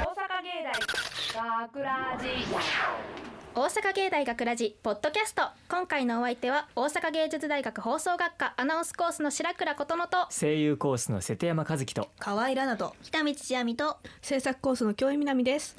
大学ラジ大阪芸大学ラジポッドキャスト今回のお相手は大阪芸術大学放送学科アナウンスコースの白倉琴乃と声優コースの瀬戸山和樹と河合奈と北道千亜美と制作コースの京井みなみです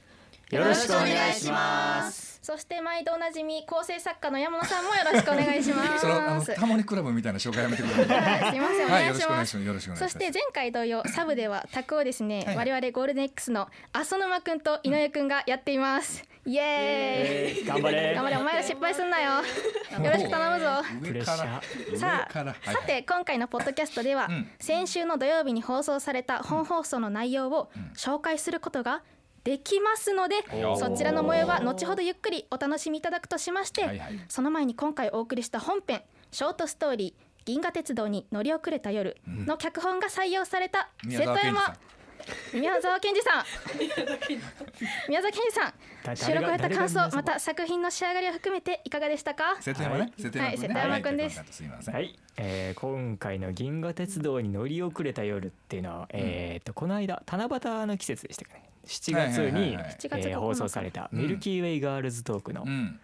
よろしくお願いしますそして毎度おなじみ構成作家の山本さんもよろしくお願いしま すそのあのタモリクラブみたいな紹介やめてください。はいすいませんおはい、願よいろししくお願まいすします。よろしくお願そいししてま前回同様サブではタクをですね、はいはい我々ゴールデン X の浅沼くんと井上くんがやっていますイエーイ頑張れ頑張れお前ら失敗すんなよす。よろしく頼むぞぞ上からレッシャー上さあから。はいさて今回のポッドキャストでは、うん先週の土曜日に放送された本放送の内容を紹介することができますので、おそちらの模様は後ほどゆっくりお楽しみいただくとしまして、はいはいその前に今回お送りした本編ショートストーリー「銀河鉄道に乗り遅れた夜」の脚本が採用された宮瀬戸沢賢治さ山ん。宮沢賢治さん宮沢賢治さだん収録を終えた誰が感誰が想また作品の仕上がりを含めていかがでしたか瀬戸山ね。瀬戸山はい君瀬ね。戸山君ですはい瀬戸山君すみません。ははい。い、えー、今回の「銀河鉄道に乗り遅れた夜」っていうのは、えー、とこの間七夕の季節でしたかね7月はいはいにはいはいえ7月9ー日放送された「ミルキーウェイガールズトークの」うん。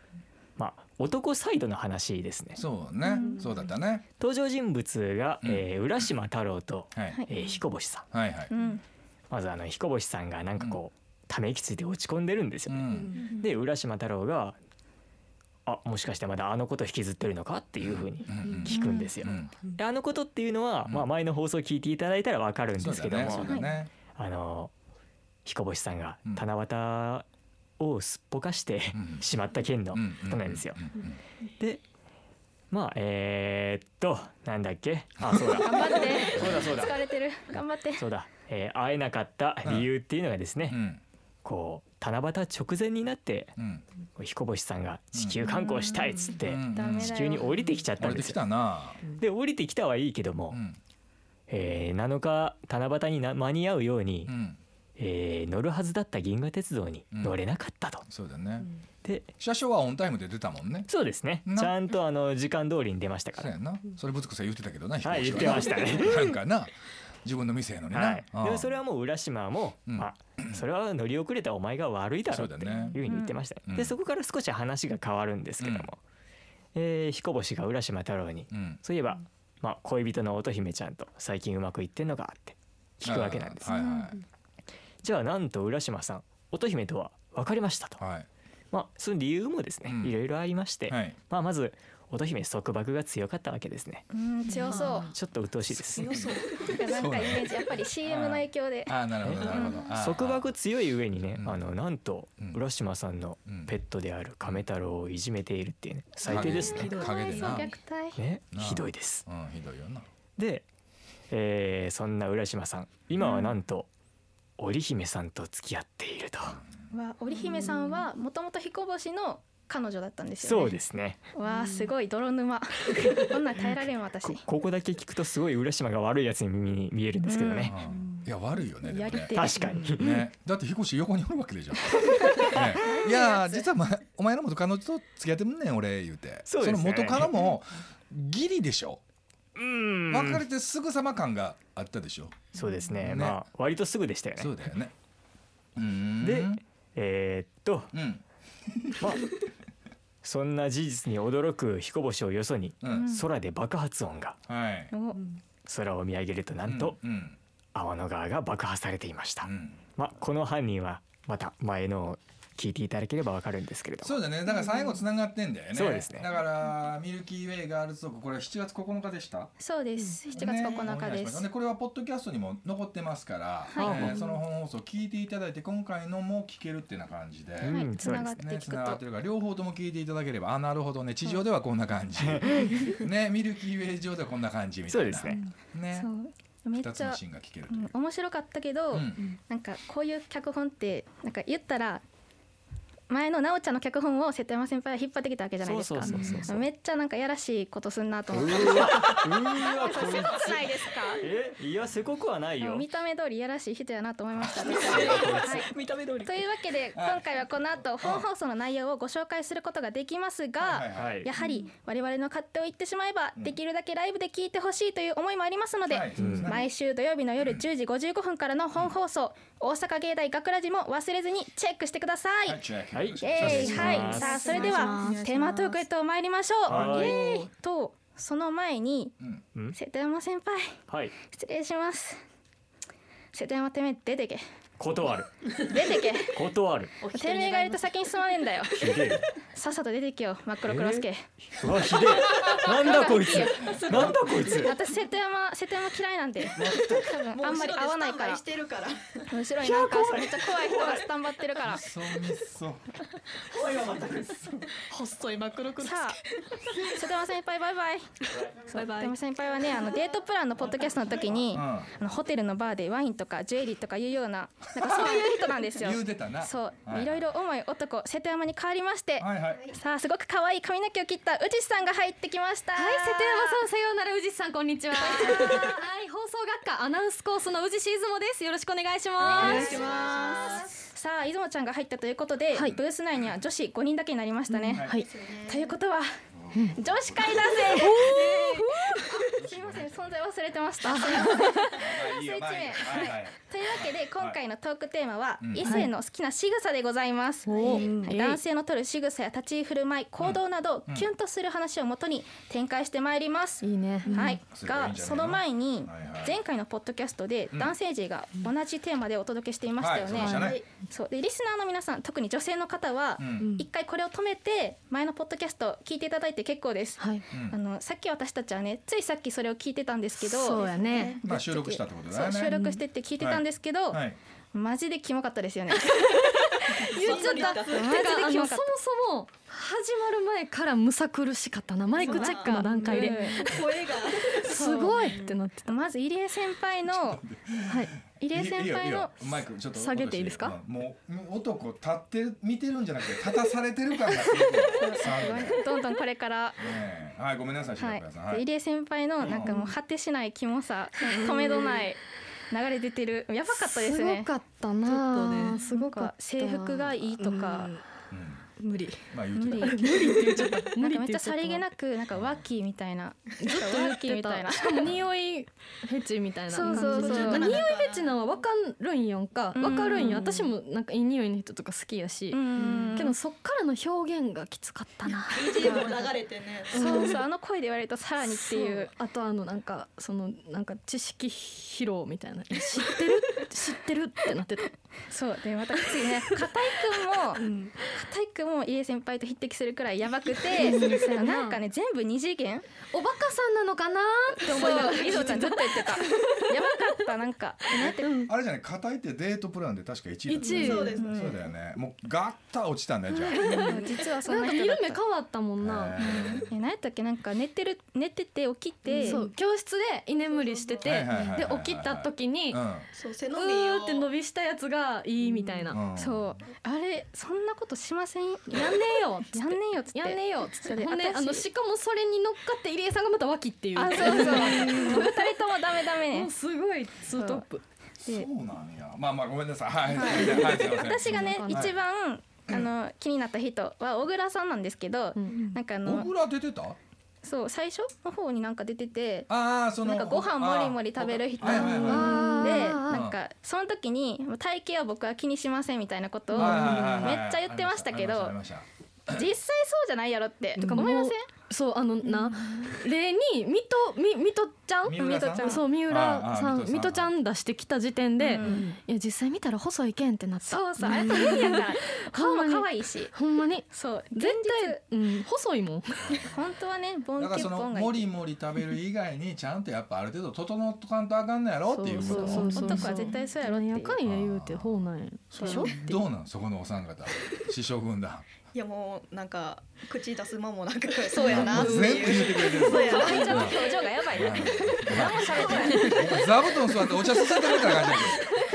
まあ、男サイドの話ですねそうね。そうだったね。登場人物が、うんえー浦島太郎と、はい。はいえー彦星さんはいはい。うんまずあの彦星さんがなんかこう、ため息ついて落ち込んでるんですうよね、ん。で浦島太郎が「あもしかしてまだあのこと引きずってるのか?」っていうふうにうんうん聞くんですよ。うんであのことっていうのは、うんまあ、前の放送聞いていただいたらわかるんそでうすけだどね。も、そうだね。あの彦星さんがうん七夕をすっぽかして、うんしまった件のうんことなんですよ。。うんうんでまあえー、っとなんだっけあそうだ 頑張ってそうだそうだ疲れてる頑張ってそうだ、えー会えなかった理由っていうのがですね、うんこう七夕直前になってうん。彦星さんが地球観光したいっつって。うんダメだ地球に降りてきちゃった降んりでてすきよ。たな。で降りてきたはいいけども、うんえー7日七夕にな間に合うように、うん。えー乗るはずだった銀河鉄道に乗れなかったと。そうだね。で車掌はオンタイムで出たもんね。そうですねなちゃんとあの時間通りに出ましたかそうら。やな。それぶつくさ言ってたけどな。はい飛行機言ってまし たね。なんかな。自分の店やのにな。はい、ああでもそれはもう浦島も、うんまあ、それは乗り遅れたお前が悪いだろうそっうてだいうねふうに言ってました、うんでそこから少し話が変わるんですけども、えー彦星が浦島太郎に、うん。そういえば、まあ、恋人の乙姫ちゃんと最近うまくいってんのかって聞くわけなんです、はいはいじゃあなんと浦島さん乙姫とは別れましたと、はいまあ、その理由もですね、うんいろいろありまして、はいまあ、まず乙姫束縛が強かったわけですねうん強そうちょっと鬱陶しいですなんかなんかイメージやっぱり CM の影響でああなるほどなるほどああ束縛強い上にね、うんあのなんとうん浦島さんのうんペットである亀太郎をいじめているっていうね最低ですね影でかわい影でそうな虐待ねなあひどいですうんひどいよなで、えーそんな浦島さん今はなんと織姫さんと付き合っていると、は織姫さんはもともと彦星の彼女だったんですよねそうですねわあすごい泥 沼こんなん耐えられんわ私こここだけ聞くとすごい浦島が悪いやつに見に見えるんですけどね、うんいや悪いよねでもやりねてえ確かにねだって彦士横におるわけで しょねいや実はまお前の元カノと付き合ってんねん俺言うてそうですねの元カノもギリでしょうん別れてすぐさま感があったでしょそうですねねまあ割とすぐでしたよそねうだよねうーんでえーっとうんまあそんな事実に驚く彦星をよそにうん空で爆発音がはいお空を見上げるとなんとうん天の川が爆破されていました、うんまあこの犯人はまた前のを聞いていただければわかるんですけれどもそうだね。だから最後つながってんだよね。そうですねだからミルキーウェイガールズトークこれは7月9日でした。そうです7月9日ねお願いしでますでこれはポッドキャストにも残ってますから、はいえーその本放送聞いていただいて今回のも聞けるっていうような感じで。うはんいつながってね、聞つながっくてとるから両方とも聞いていただければあなるほどね地上ではこんな感じ、ねミルキーウェイ上ではこんな感じみたそういでなすねねそうめっ2つちのゃシーンが聞けるうといんう、面白かったけどうんなんかこういう脚本ってなんか言ったら前のなおちゃんの脚本を瀬戸山先輩は引っ張ってきたわけじゃないですかそうそうそうそうめっちゃなんかやらしいことすんなとう思ってわうわこそうせいこくつないですかえいやせこくはないよ見た目通りやらしい人やなと思いました、ねはい見た目通りというわけで今回はこの後本放送の内容をご紹介することができますが、はいはいはいやはり我々の勝手を言ってしまえばできるだけライブで聞いてほしいという思いもありますので、はいそうですね毎週土曜日の夜10時55分からの本放送大阪芸大学ラジも忘れずにチェックしてください。はいチェックはいお願いしイますエーイおは願いいしますさあそれでお願はいしますテーマトークへと参りましょうはイいエーイとその前にうんうん瀬戸山先輩はい失礼します瀬戸山てめえ出てけ断る出てけ断るおてめえがいると先に進まねえんだよ ひでさっさと出てけよ真っ黒クロスケえうわひでえなんだこいつなんだこいつ私瀬戸山瀬戸山嫌いなんで多 分あんまり合わないからしてるから。むしろになんかめっちゃ怖い人がスタンバってるからさそうにそう細いマクロクロス。あ瀬戸山先輩バイバイバイバでイも。先輩はねあのデートプランのポッドキャストの時に、うんあのホテルのバーでワインとかジュエリーとかいうようななんかそういう人な んですよ言うてたなそう、、はいろいろ重い男瀬戸山に変わりまして、はいはいさあすごく可愛い髪の毛を切った宇治さんが入ってきましたはい、瀬戸山さん、さようなら、宇治さん、こんに ちは。はい、放送学科アナウンスコースの宇治静もです。よろしくお願いします。さあ出雲ちゃんが入ったということで、ブース内には女子5人だけになりましたね、はいということは女子会だぜすみません存在忘れて ましたまあいいよまあいいよはいはいというわけで今回のトークテーマはうん異性の好きな仕草でございます、はい男性の取る仕草や立ち居振る舞い行動など、キュンとする話をもとに展開してまいります、いいね。はいそ、れがいいんがじゃないのその前にはいはい前回のポッドキャストでん男性陣が同じテーマでお届けしていましたよね。はいそうでしたねはいそうでリスナーの皆さん特に女性の方はうん一回これを止めて前のポッドキャスト聞いていただいて結構です。はい。あのさっき私たちはねついさっきそれを聞いてたんですけどそうやね。まあ収録したってことだそようね収録してって聞いてたんですけど、はいマジでキモかったですよね。 言っちゃった。てか、あの、そもそも始まる前からむさ苦しかったな。マイクチェックの段階で。 声が。すごいってなってた。まず入江先輩の、はい、入江いい先よいい輩よのマイクちょっと下げていいですか落としてうんもう男立って見てるんじゃなくて立たされてる感がすごい触るねどんどんこれからねえはいごめんなさい白は倉いさんは、い入江先輩のなんかもう果てしないキモさ、止めどない流れ出てる、やばかったですすごね。かっちょたっとな。ねすごかなっんかた。制服がいいとか、うん無理。まあ言う無て理。たなんか無理めっちゃさりげくなくなんかワキみたいな、 ずっとワキ言ってみたたいな。 しかも匂いフェチみたいな感じでそうそうそうまあ匂いフェチなんは分かるんやんかうん分かるんや私もなんかいい匂いの人とか好きやしう、ん。けどそっからの表現がきつかったな BGM も流れてね。そうそうあの声で言われるとさらにっていそうう。あとあのなんかそのなんか知識披露みた いな知ってる知ってるってなってたそうでまた次 ね片井くんも片井くんも入江先輩と匹敵するくらいやばくてなんかね全部二次元おバカさんなのかなってそう思いながら伊藤ちゃんずっと言ってたやばかったなんかなんてあれじゃない硬いってデートプランで確か1位だった一位そうですねそうだよねもうガッタ落ちたんだよじゃあ、実はそんなんなか人見だるっ目た変わったもんな、ええ何やったっけなんか寝てる寝てて起きて、そう教室で居眠りしてはていはいはいはいで起きた時に、ーそう背う伸びを。ーって伸びしたやつがいいみたいな、うんうんそうあれそんなことしませんややんねえよっつんってねえよっつってやんねえよっつってそれほんで私あのしかもそれに乗っかって入江さんがまた脇っていうあそうそう二 人ともダメダメもねうすごいツートップでそうなんやまあまあごめんなさいはいはいはいすいません私がねはい一番あの気になった人は小倉さんなんですけど、んなんかあ小の倉出てたそう最初の方になんか出ててああそのなんかご飯もりもり食べる人はいはいはいあでーなんかその時に「体型は僕は気にしません」みたいなことをめっはいはいはいはいちゃ言ってましたけどありましたありました実際そうじゃないやろってとか思いませんもうそうあのな例にミトみミトちゃん三浦さんそう三浦さああんミミトトちちゃゃんん出してきた時点で、うんいや実際見たら細いけんってなったそうそうあれと無理や から顔も可愛いしほんまにそう現絶対、うん、細いもん実本当はねボだかンらキュそッボのンがもいい りもり食べる以外にちゃんとやっぱある程度整っとかんとあかんのやろっていうことそうそうそう男は絶対そうやろっていうなんかんや言うてほうなんやそうでしょどうなんそこのお三 方師匠軍団いやもうなんか口出す間もなんかそうやなもっうて全部いう。言ってくれてるそうやな。ちゃんの表情がやばいね何も喋ってない座布団座ってお茶させてるみたいな感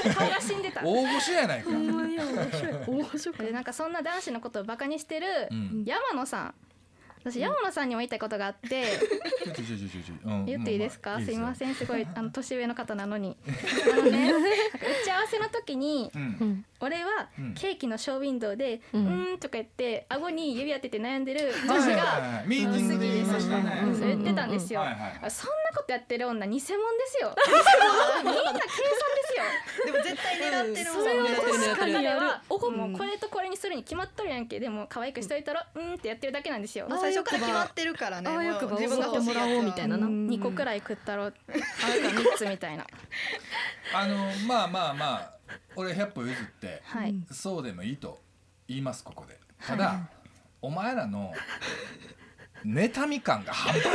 じだ顔が死んでた。大御所やないかほ。んまに面白い面白でなんかそんな男子のことをバカにしてるうん。山野さん。私山野さんにも言いたいことがあって、ちょちょちょちょちょうん言っていいですか、うすいまんせんすご いあの年上の方なのにあの、ね、なんか打ち合わせの時にあ。いいですうよん俺はうん。うんケーキのショーウィンドウで「ううんーん」とか言って顎に指当てて悩んでる女はいは子いがはいミーティングで言いましたね。うんそう言ってたんですよ。はいはいあそんなことやってる女偽物です よ。みんな計算ですよ。でも絶対狙ってるもんそれは狙ってる確かに彼やるはもうこれとこれにするに決まっとるやんけでも可愛くしといたらうんってやってるだけなんですよまあ最初から決まってるからねあわよくばもう自分が欲しいやつはあわよくばおごってもらおうみたいなうん2個くらい食ったろあれか3つみたいなあのまあまあまあ俺百歩譲ってはいそうでもいいと言いますここで。ただお前らの妬み感が半端ない。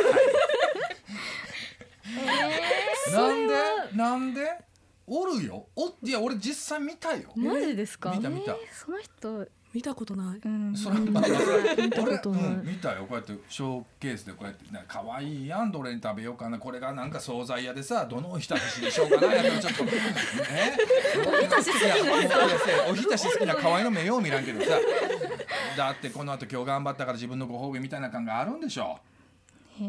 なんでなんでおるよ。おいや俺実際見たよ。マジですか見た見た。えその人見たことない。うんそれまあまあそれた俺ことないうん見たよこうやってショーケースでこうやってなんか可愛いやんどれに食べようかなこれがなんか惣菜屋でさどのおひたしでしょうかなやったらちょっとねおひたし好きなおひたし好きな可愛いの目よう見らんけどさだってこの後今日頑張ったから自分のご褒美みたいな感があるんでしょえ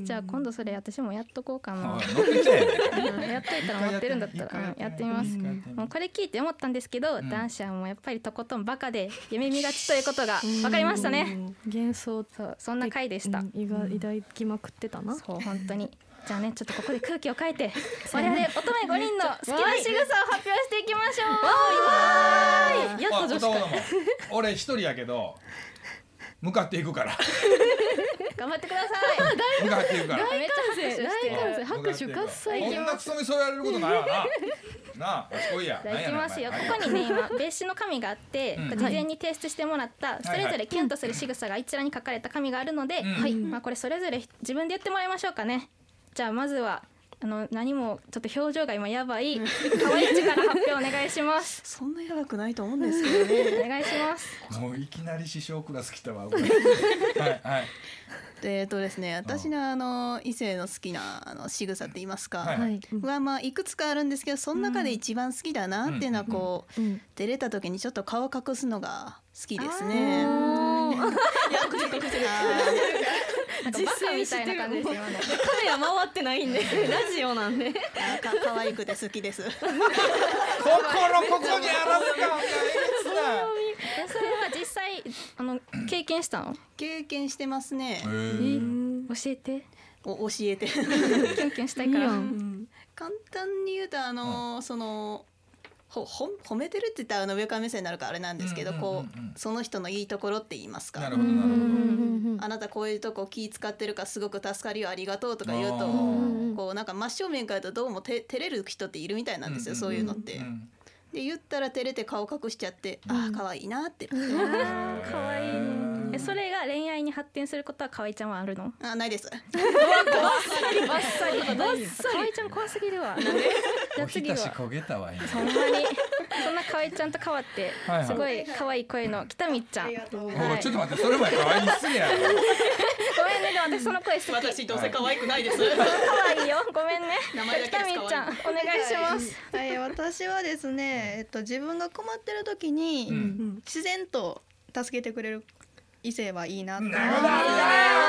ーじゃあ今度それ私もやっとこうかうなおい乗ってきてうんやっといたら持ってるんだった一回らうんやってみみます一回やってみもうこれ聞いて思ったんですけど、うん男子はもうやっぱりとことんバカで夢見がちということが分かりましたね幻想そうそんな回でした、うん意外抱きまくってたなそう本当にじゃあねちょっとここで空気を変えて我々乙女5人の好きな仕草を発表していきましょうやっあた女子男ど会も俺一人やけど向かっていくから頑張ってくださ向かっていくからいめっちゃ拍手してる大歓声拍手喝采こんなクソみそやられることないわな。なあ、賢い や。じゃあいきますよこなんやねんこにね今ベースの紙があって、うん事前に提出してもらったそれぞれキュンとする仕草が一覧に書かれた紙があるので、うんはいまあ、これそれぞれ自分でやってもらいましょうかねじゃあまずはあの何もちょっと表情が今やばい可愛いちから発表お願いしますそんなやばくないと思うんですけどね。お願いしますお前もういきなり師匠クラス来たわ。 俺はい、はい、でえっとですね私のあの異性の好きなあの仕草って言いますか、ははいい、うんはまあいくつかあるんですけどその中で一番好きだなっていうのはこう、うん出れた時にちょっと顔隠すのが好きですね。カメラなんかバカみたいな感じですよねあ回ってない んでラジオなんでーか可愛くて好きです。心ここにあらずか。お前ええそれは実際あの経験したの経験してますね。げつな。教えてお教えて。キュンキュンしたいからいいやんうん簡単に言うとあの、そのほほ褒めてるって言ったらあの上から目線になるからあれなんですけど、うんうんうんうんこうその人のいいところって言いますか。なるほど、なるほど。あなたこういうとこ気使ってるからすごく助かるよありがとうとか言うとあーこうなんか真正面から言うとどうもて照れる人っているみたいなんですうよ、んうんそういうのって。うんで言ったら照れて顔隠しちゃって、うんああ可愛いなって、可愛いうんえそれが恋愛に発展することは河合ちゃんはあるのあないです。バッサリバッサリ河合ちゃん怖すぎるわじゃおあひ次たはし焦げたわ。今ほんまにそんな河合ちゃんと変わってはいはいすごい可愛い声の北見ちゃんごめんねとうおいちょっと待って、それも可愛いすぎや。でも私その声好きどうせ可愛くないです。可愛いよごめんね名前だ け北です見ちゃんお願いしますはい、私はですね、えっと、自分が困ってる時に、うんうん自然と助けてくれる異性はいいなってなるほど。あるあるあ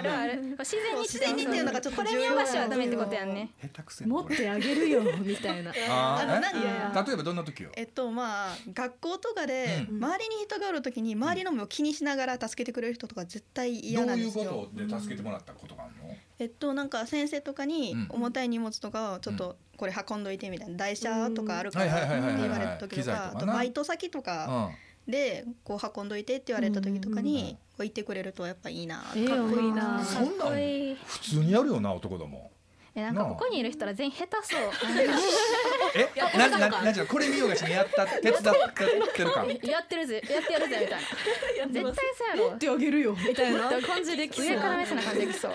るある自然に自然にっていうのがちょっと重要お菓子はダメってことやんね下手くせえな。持っこれてあげるよみたいなああのーなんかえ例えばどんな時よ。えっとまあ学校とかでう周りに人がおる時に周りの目を気にしながら助けてくれる人とか絶対嫌どなうんいでうすよこ。とで助けてもらったことがあるの。えっとなんか先生とかにうん重たい荷物とかをちょっとこれ運んどいてみたいな台車とかあるかはいはいはいらっはいはてい言われた時機と材とかかあなとバイト先とか。でこう運んどいてって言われた時とかうんうんにこう言ってくれるとやっぱいいなええかっこいいうん。なそんなん普通にやるよな男ども。えなんかここにいる人ら全員下手そう え、な、な、なんじゃ、これ見ようがしにやった、手伝ってってるか。やってるぜやってやるぜみたいな絶対そうやろてあげるよみたい な感じできそう上から目線な感じできそう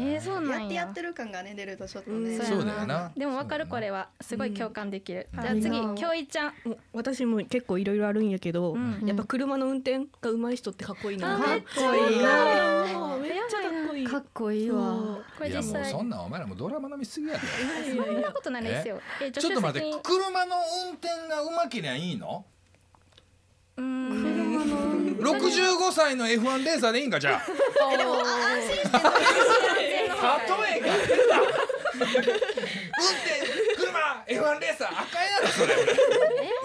えー、そうなやっんてややってる感がね出るとちょっとねうんそうだよな。でもわかるこれはすごい共感できる、うんじゃあうん次京一ちゃん、もう私も結構いろいろあるんやけど、うんやっぱ車の運転が上手い人ってかっこいいな。あめっちゃいいめっちゃかっこいい。かっこいいわ。これいや実もう際そんなんお前らもドラマの見すぎやでそんなことないですよ。えちょっと待っ助て手席に車の運転がうまけりゃいいのうーん65歳の F1 レーサーでいいんかじゃあ 例えが出た運転車 F1 レーサーあかんやろそれ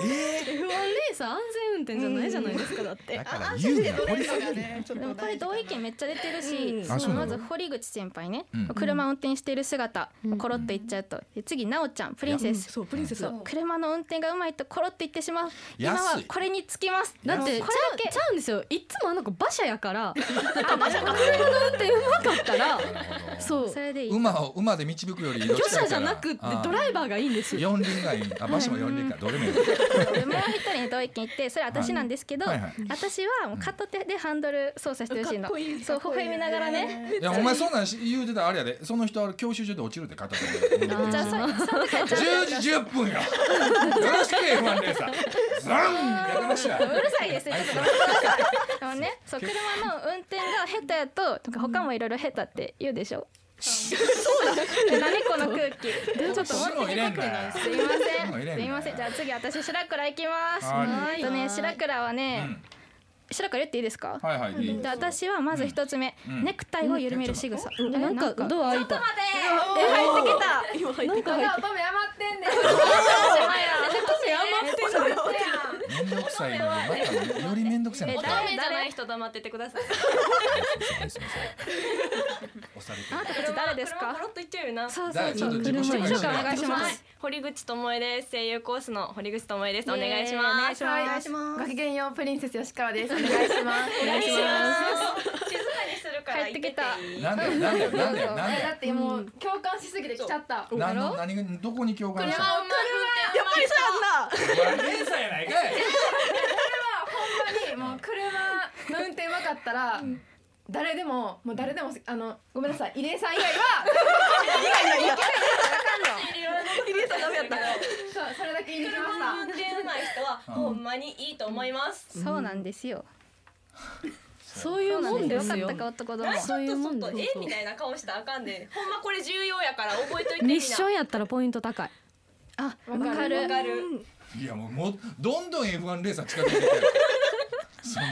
え F1 レーサー安全運転じゃないじゃないですかだっえて。だから言うなど掘りれ下かげがるなねちょっでもとこれ同意見めっちゃ出てるし、あそそうのなまのず堀口先輩ね、うん車運転している姿、うんコロッといっちゃうとで次奈緒ちゃんプリンセスそうプリンセスだ車の運転がうまいとコロッといってしまう今は安いこれにつきますだってちゃこうれだけちゃうんですよ。いっつもあの子馬車やから。なんか車の運転うまかったるら。ほどそうそ。れでいい馬を馬で導くよりどっ巨ちかや車からじゃなくってああドライバーがいいんですよ。四輪がいいあ馬車も四輪かどれもいいでもう一人に同意見言ってそれ私なんですけど、はいはい私はもう片手でハンドル操作してほしいのかっこいいそう微笑みながらねいやお前そんなんし言うてたらあれやでその人は教習所で落ちるって 片手でじゃあそれその時はちゃんと10時10分よよろしく F1 レーサーザンやかましいわうるさいですね。ちょっとごめんなさい。あのね、そう車の運転が下手やととか他もいろいろ下手って言うでしょ。そうだ。 何この空気。ちょっとシモ入れんなよすいませもう入れんなん。すいません。じゃあ次私白倉行きます。はえっとね白倉はうね、ん白倉言っていいですか。はいはいいいじゃあ私はまず一つ目、うんネクタイを緩める仕草。えなんかちょっドア開いとた。待て。え入ってきた。今入ってこたが乙女余ってんねんめんどくさいのにまたよりめんどくさいえの乙来だた女じゃない人黙っててくださいすいません押されてあなたたち誰です車かポ。ロッと言っちゃうよなそうだちょっと自己紹介自己紹して介お願いしまはいす。堀口智恵です声優コースの堀口智恵ですお願いしお願まいすします。ごきげんようプリンセス吉川 です。お願いします。お願いします。お願いします静かにするから帰ってきたなんだよなんだよなんだよなんだだよってもう共感しすぎて来ちゃった。何の何がどこに共感した車をやっぱりさのレーサーやないかいほんまにもう車の運転うまかったら。誰でももう誰でもあのごめんなさい入江さん以外は入れたダメやったそうそれだけ入れてまし車の運た転うまい人はほんまにいいと思いますそうなんですよ。そういうもんでよかすっよた。か男どもなん。かちそういうもょんっだとよえみたいな顔したらあかんでほんまこれ重要やから覚えといてみんミッなションやったらポイント高い。あ、わわかかる。わかるいやもうもうどんどん F1 レーサー近づいてきてるそんな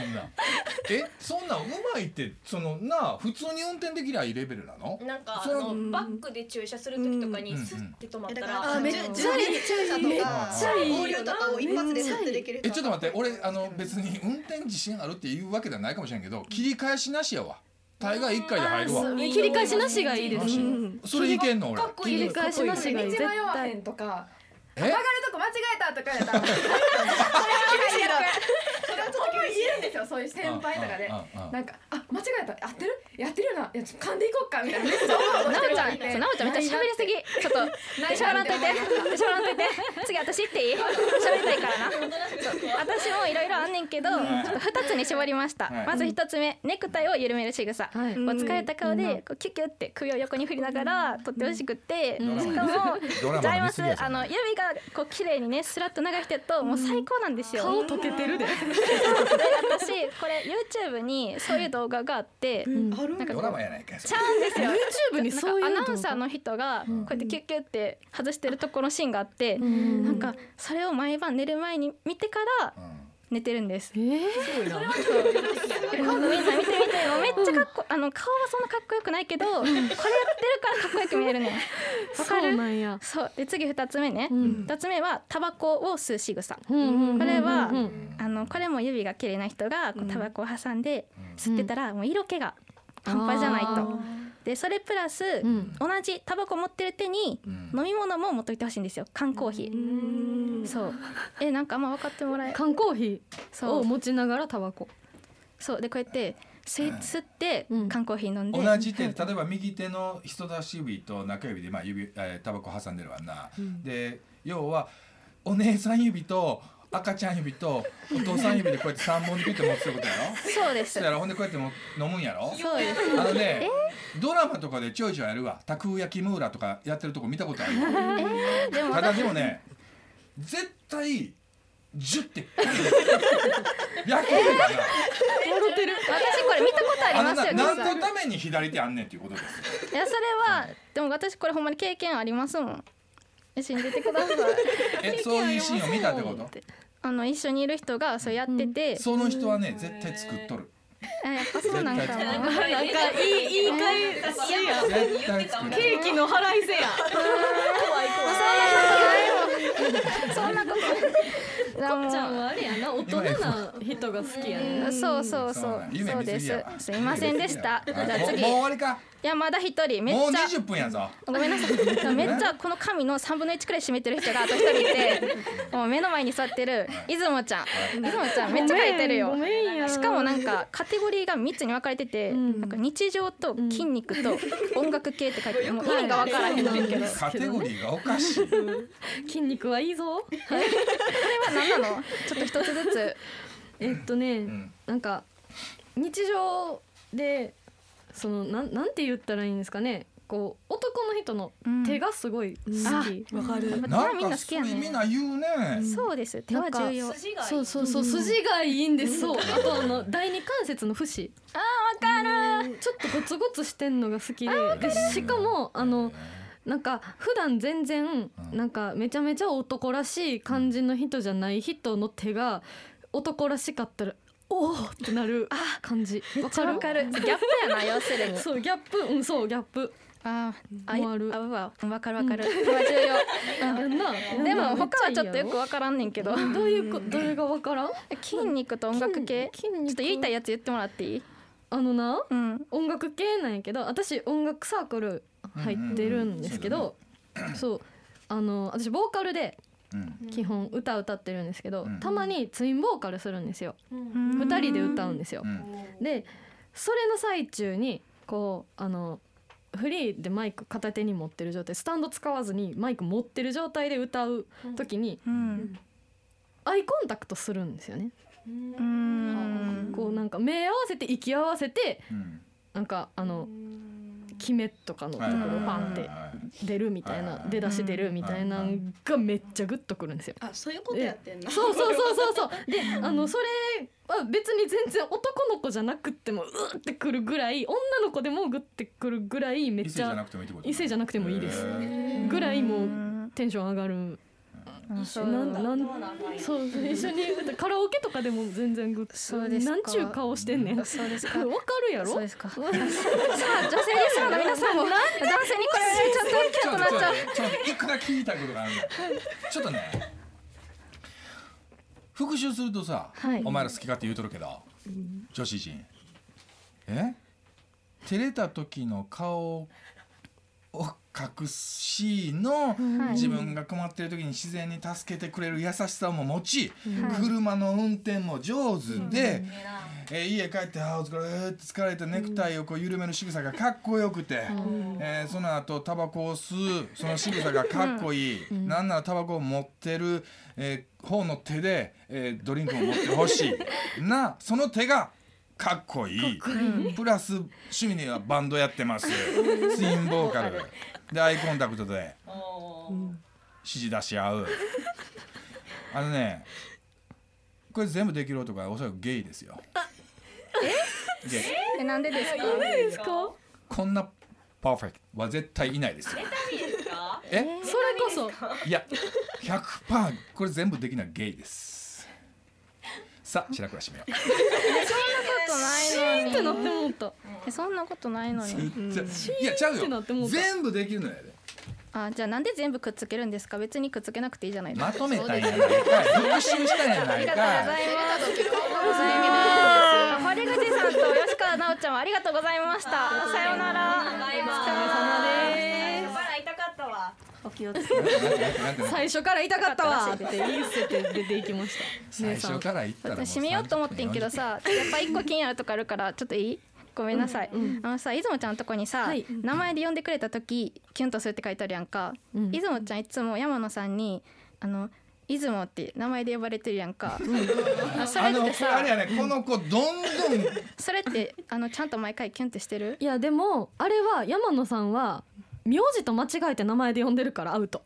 えそんなんうまいってそのなあ普通に運転できりゃいいレベルなのなんかあそうのバックで駐車する時とかうにんスッて止まっえた、だかららあめっちちゃゃ駐車とかちゃいい合流とかを一発で振ってできる人えちょっと待って俺あの別に運転自信あるっていうわけではないかもしれんけど切り返しなしやわ大概1回で入るわ切り返しなしがいいでなすし。んそれいけんの俺切り返しな道しがいい迷絶わへ対。んとか曲えがるとこ間違えたとかやったらそれは厳しいなそれはちょっと厳しいんですよそういう先輩とかでうんうんうんうんなんかあ間違えたやってるやってるよないやちょっと噛んでいこうかみたいなめっちゃ思なっておるちわゃん、みたそいうななおちゃんめっちゃ喋りすぎ。ちょっと、しゃべらんといて。しゃべらんといて。次私行っていい。喋りたいからな。私もいろいろあんねんけど、ちょっと二つに絞りましたはい。まず一つ目、ネクタイを緩める仕草。おはい疲れた顔で、こうキュキュって首を横に振りながら、取ってほしくて。んしかも。ドラジャマのイマ見ス過ぎやぞあの指がこう綺麗にねスラッと流してるともう最高なんですよ。顔溶けてるで。で私これ YouTube にそういう動画があって、あるんなんドかこラうマやないかいそちれゃうんですよ YouTube にそういうなんのかアナウンサーの人がこうやってキュッキュッって外してるとこのシーンがあって、んなんかそれを毎晩寝る前に見てからうん寝てるんです。えーみんな見て見てもうめっちゃかっこあの顔はそんなかっこよくないけどこれやってるからかっこよく見えるねん。わかそうなる？んや。そうで次二つ目ね。うん。二つ目はタバコを吸う仕草。ここれはうんあのこれも指が綺麗な人がこうタバコを挟んで吸ってたらもう色気が半端じゃないあと。でそれプラス、うん同じタバコ持ってる手にうん飲み物も持っといてほしいんですよ缶コーヒーそうえなんかあんま分かってもらえ缶コーヒーそをう持ちながらタバコ。そうでこうやって吸い吸ってうん缶コーヒー飲んで同じ手で例えば右手の人差し指と中指で、まあ指えータバコ挟んでるわな、で要はお姉さん指と赤ちゃん指とお父さん指でこうやって3本でピッて持つってことやろそ うですそやろほんでこうやっても飲むんやろそうですあのね、ドラマとかでちょいちょいやるわ「たくやきムーラ」とかやってるとこ見たことあるわでもただでもね絶対ジュって焼けるかてる。私これ見たことありらあまのすなよ。実は何のために左手あんねんっていうことですよいやそれはでも私これほんまに経験ありますもん。え信じてください。 えそういうシーンを見たってことあの一緒にいる人がそうやってて、その人はね絶対作っとるあやっぱそうなんかも。なん かいいいい回いや絶対作っと るーキの払いせや。そんなこと ない。こちゃんはあれやな大人な人が好きやねそうそうそううん夢そう見でぎすすや。すいません でした。じあゃあもう次。もう終いわりかやまだ一人めっもうちゃ。 20分やぞごめんなさ い。めっちゃこの紙の三分の一くらい占めてる人があと一人い て、もう目の前に座ってる出雲ちゃん。出雲ちゃんめっちゃ書いてるよ。しかもなんかカテゴリーが三つに分かれてて、うんなんか日常と筋肉 と音楽系って書いてる。もう意味が分からへんねんけど。これはカテゴリーがおかし い筋肉はいいぞ何なの？ちょっと一つずつ。えっとね、んなんか日常でそのなんなんて言ったらいいんですかねこう男の人の手がすごい好き、わかる。なんみんかな好そきやれねみんな言うねそうです。手は重要。そうそうそう筋がいいんです、そうあとあの第二関節の節あわかるちょっとゴツゴツしてんのが好きででしかもあのなんか普段全然うんなんかめちゃめちゃ男らしい感じの人じゃない人の手が男らしかったらおおってなる感じわかるわかる。ギャップやな要する に。そうギャップうんそうギャップああ、あもあるあうわわかる わかる。手は重要。うんやんなでも他はちょっとよく分からんねんけど。どういうこどれがわからん 筋肉と音楽系ち筋ょ肉っと言いたいやつ言ってもらっていいあのなうん音楽系なんやけど私音楽サークル入ってるんですけど、そうあの私ボーカルでうん基本歌歌ってるんですけど、うんたまにツインボーカルするんですよ、二2人で歌うんですよう、んでそれの最中にこうあのフリーでマイク片手に持ってる状態スタンド使わずにマイク持ってる状態で歌う時にうんアイコンタクトするんですよね、うんこうなんか目合わせて息合わせてうんなんかあの決めとかのところパンって出るみたいはいなはい出だし出るみたいなのがめっちゃグッとくるんですよ。あそういうことやってんなそうそうそうそうそうであのそれは別に全然男の子じゃなくってもうーってくるぐらい女の子でもグッてくるぐらいめっ異性ちじゃなゃくてもいいってこと異性じゃなくてもいいですぐらいもうテンション上がるそうなんなんそう一緒にカラオケとかでも全然グッそうですかなんちゅう顔してんねん わかそうですかるやろそうですかさあ女性リスナーの皆さんも男性にこれちちょっとょっとなっちゃうちょっといくら聞いたことがあるのちょっとね復習するとさ、はいお前ら好きかって言うとるけど、女子陣え照れた時の顔を隠しの、自分が困ってる時に自然に助けてくれる優しさも持ち、車の運転も上手で、えー家帰って「あーお疲れ」って疲れてネクタイをこう緩める仕草がかっこよくて、えーその後タバコを吸うその仕草がかっこいい、なんならタバコを持ってる、えー方の手で、えードリンクを持ってほし いなその手がかっこいいプラス趣味にはバンドやってますツインボーカルでアイコンタクトで指示出し 合うあのねこれ全部できる男はおそらくゲイですよ。ゲイえなんでですかですか。こんなパーフェクトは絶対いないですよ。えそれこそいや100%これ全部できないゲイです。さあ白倉締めよう。そんなことないのってなって思ったにえそんなことないのにじゃいやちゃうってなってもようた全部できるのやで。あじゃあなんで全部くっつけるんですか別にくっつけなくていいじゃないですまかとめたんやないかい復習したんやないかい。堀口さんと吉川直ちゃんもありがとうございましたさようならお疲れ様です痛かったわ。なんかなんか最初から痛かったわって言い捨てて出ていきました最初から言ったらもう閉めようと思ってんけど さやっぱ一個気になるとこあるからちょっといいごめんなさい、あのさ出雲ちゃんのとこにさ、はい名前で呼んでくれた時キュンとするって書いてあるやんか、うん出雲ちゃんいつも山野さんにあの出雲って名前で呼ばれてるやんか、あそれあっのてあされやねこの子どんどんそれってあのちゃんと毎回キュンってしてるいやでもあれは山野さんは名字と間違えて名前で呼んでるからアウト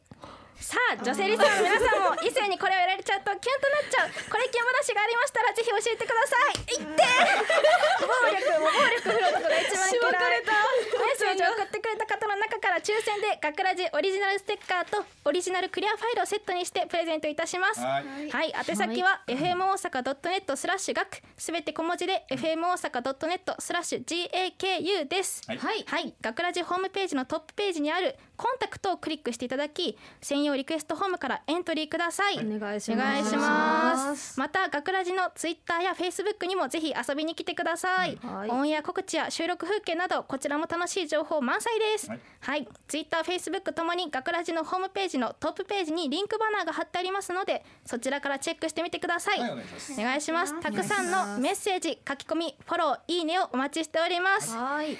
さあ女性リスナーの皆さんも異性にこれをやられちゃうとキュンとなっちゃうありましたらぜひ教えてくださいいってー暴力もう暴力振る男が一番嫌いメッセージを送ってくれた方の中から抽選で学ラジオリジナルステッカーとオリジナルクリアファイルをセットにしてプレゼントいたしますはいはい、宛先は fm 大阪 .net スラッシュ学すべて小文字で fm 大阪 .net スラッシュ GAKU ですはいはい、学ラジホームページのトップページにあるコンタクトをクリックしていただき専用リクエストフォームからエントリーください、お願いしおます願いしますまた学ラジのツイッターやフェイスブックにもぜひ遊びに来てください、はいオンエア告知や収録風景などこちらも楽しい情報満載ですはいはい、ツイッターフェイスブックともに学ラジのホームページのトップページにリンクバナーが貼ってありますのでそちらからチェックしてみてください、はいお願いしますお願いしますたくさんのメッセージ書き込みフォローいいねをお待ちしておりますはい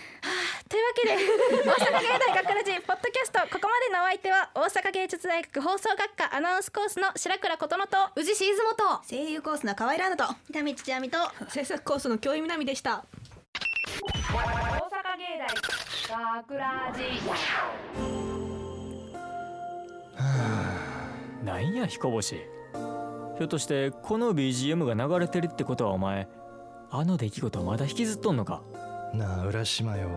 というわけで大阪芸大学ラジポッドキャストここまでのお相手は大阪芸術大学放送学科アナウンスコースの白倉琴乃と宇治シーズモと声優コースの河合ランドと伊丹ちあみと制作コースの教員南でした大阪芸大学ラジなんや彦星ひょっとしてこの BGM が流れてるってことはお前あの出来事まだ引きずっとんのかなあ浦島よ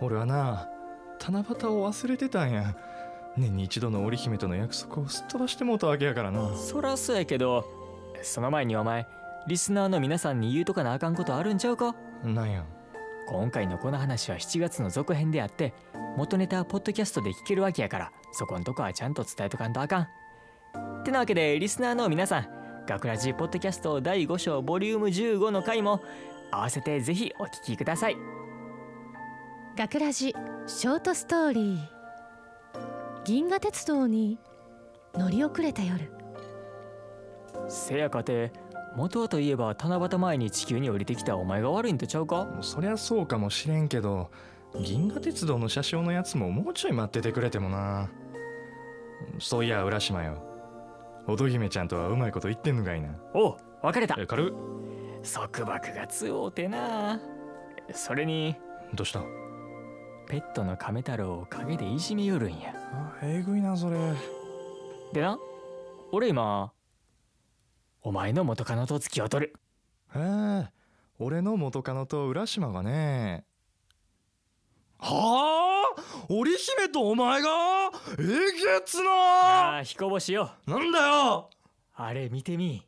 俺はな七夕を忘れてたんや年に一度の織姫との約束をすっ飛ばしてもうたわけやからなそらそうやけどその前にお前リスナーの皆さんに言うとかなあかんことあるんちゃうかなんや今回のこの話は7月の続編であって元ネタはポッドキャストで聞けるわけやからそこんとこはちゃんと伝えとかんとあかん。ってなわけでリスナーの皆さん「学ラジポッドキャスト第5章ボリューム15の回も合わせてぜひお聞きください。学ラジショートストーリー銀河鉄道に乗り遅れた夜せやかて元はといえば七夕前に地球に降りてきたお前が悪いんとちゃうかそりゃそうかもしれんけど銀河鉄道の車掌のやつももうちょい待っててくれてもなそういや浦島よ乙姫ちゃんとはうまいこと言ってんのかいなおう別れたえ軽っ束縛が強うてなそれにどうしたペットの亀太郎を陰でいじめよるんやあえぐいなそれでな俺今お前の元カノと付き合うとるへえ俺の元カノと浦島がねはあ織姫とお前がえげつあなあ彦星よなんだよあれ見てみ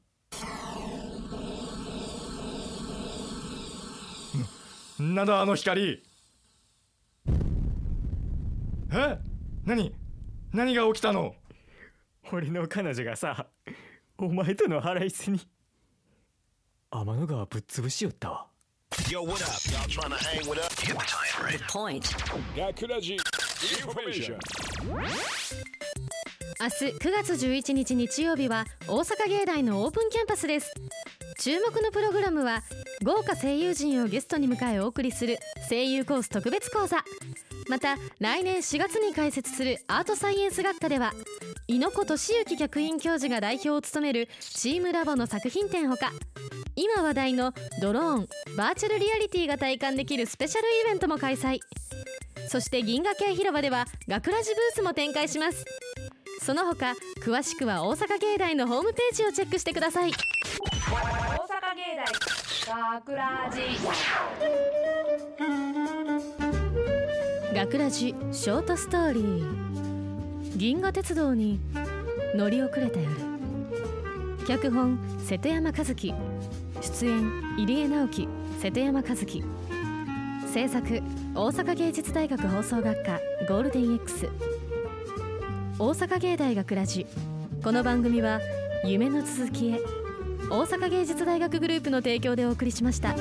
なんだあの光え何何が起きたの俺の彼女がさお前との腹いせに天の川ぶっ潰しよったわ Information. 明日9月11日日曜日は大阪芸大のオープンキャンパスです注目のプログラムは豪華声優陣をゲストに迎えお送りする声優コース特別講座また来年4月に開設するアートサイエンス学科では猪子俊之客員教授が代表を務めるチームラボの作品展ほか今話題のドローンバーチャルリアリティが体感できるスペシャルイベントも開催そして銀河系広場では学ラジブースも展開しますその他詳しくは大阪芸大のホームページをチェックしてください大阪芸大学ラジ学ラジショートストーリー銀河鉄道に乗り遅れた夜脚本瀬戸山和樹出演入江直樹瀬戸山和樹制作大阪芸術大学放送学科ゴールデン X 大阪芸大学ラジこの番組は夢の続きへ大阪芸術大学グループの提供でお送りしました。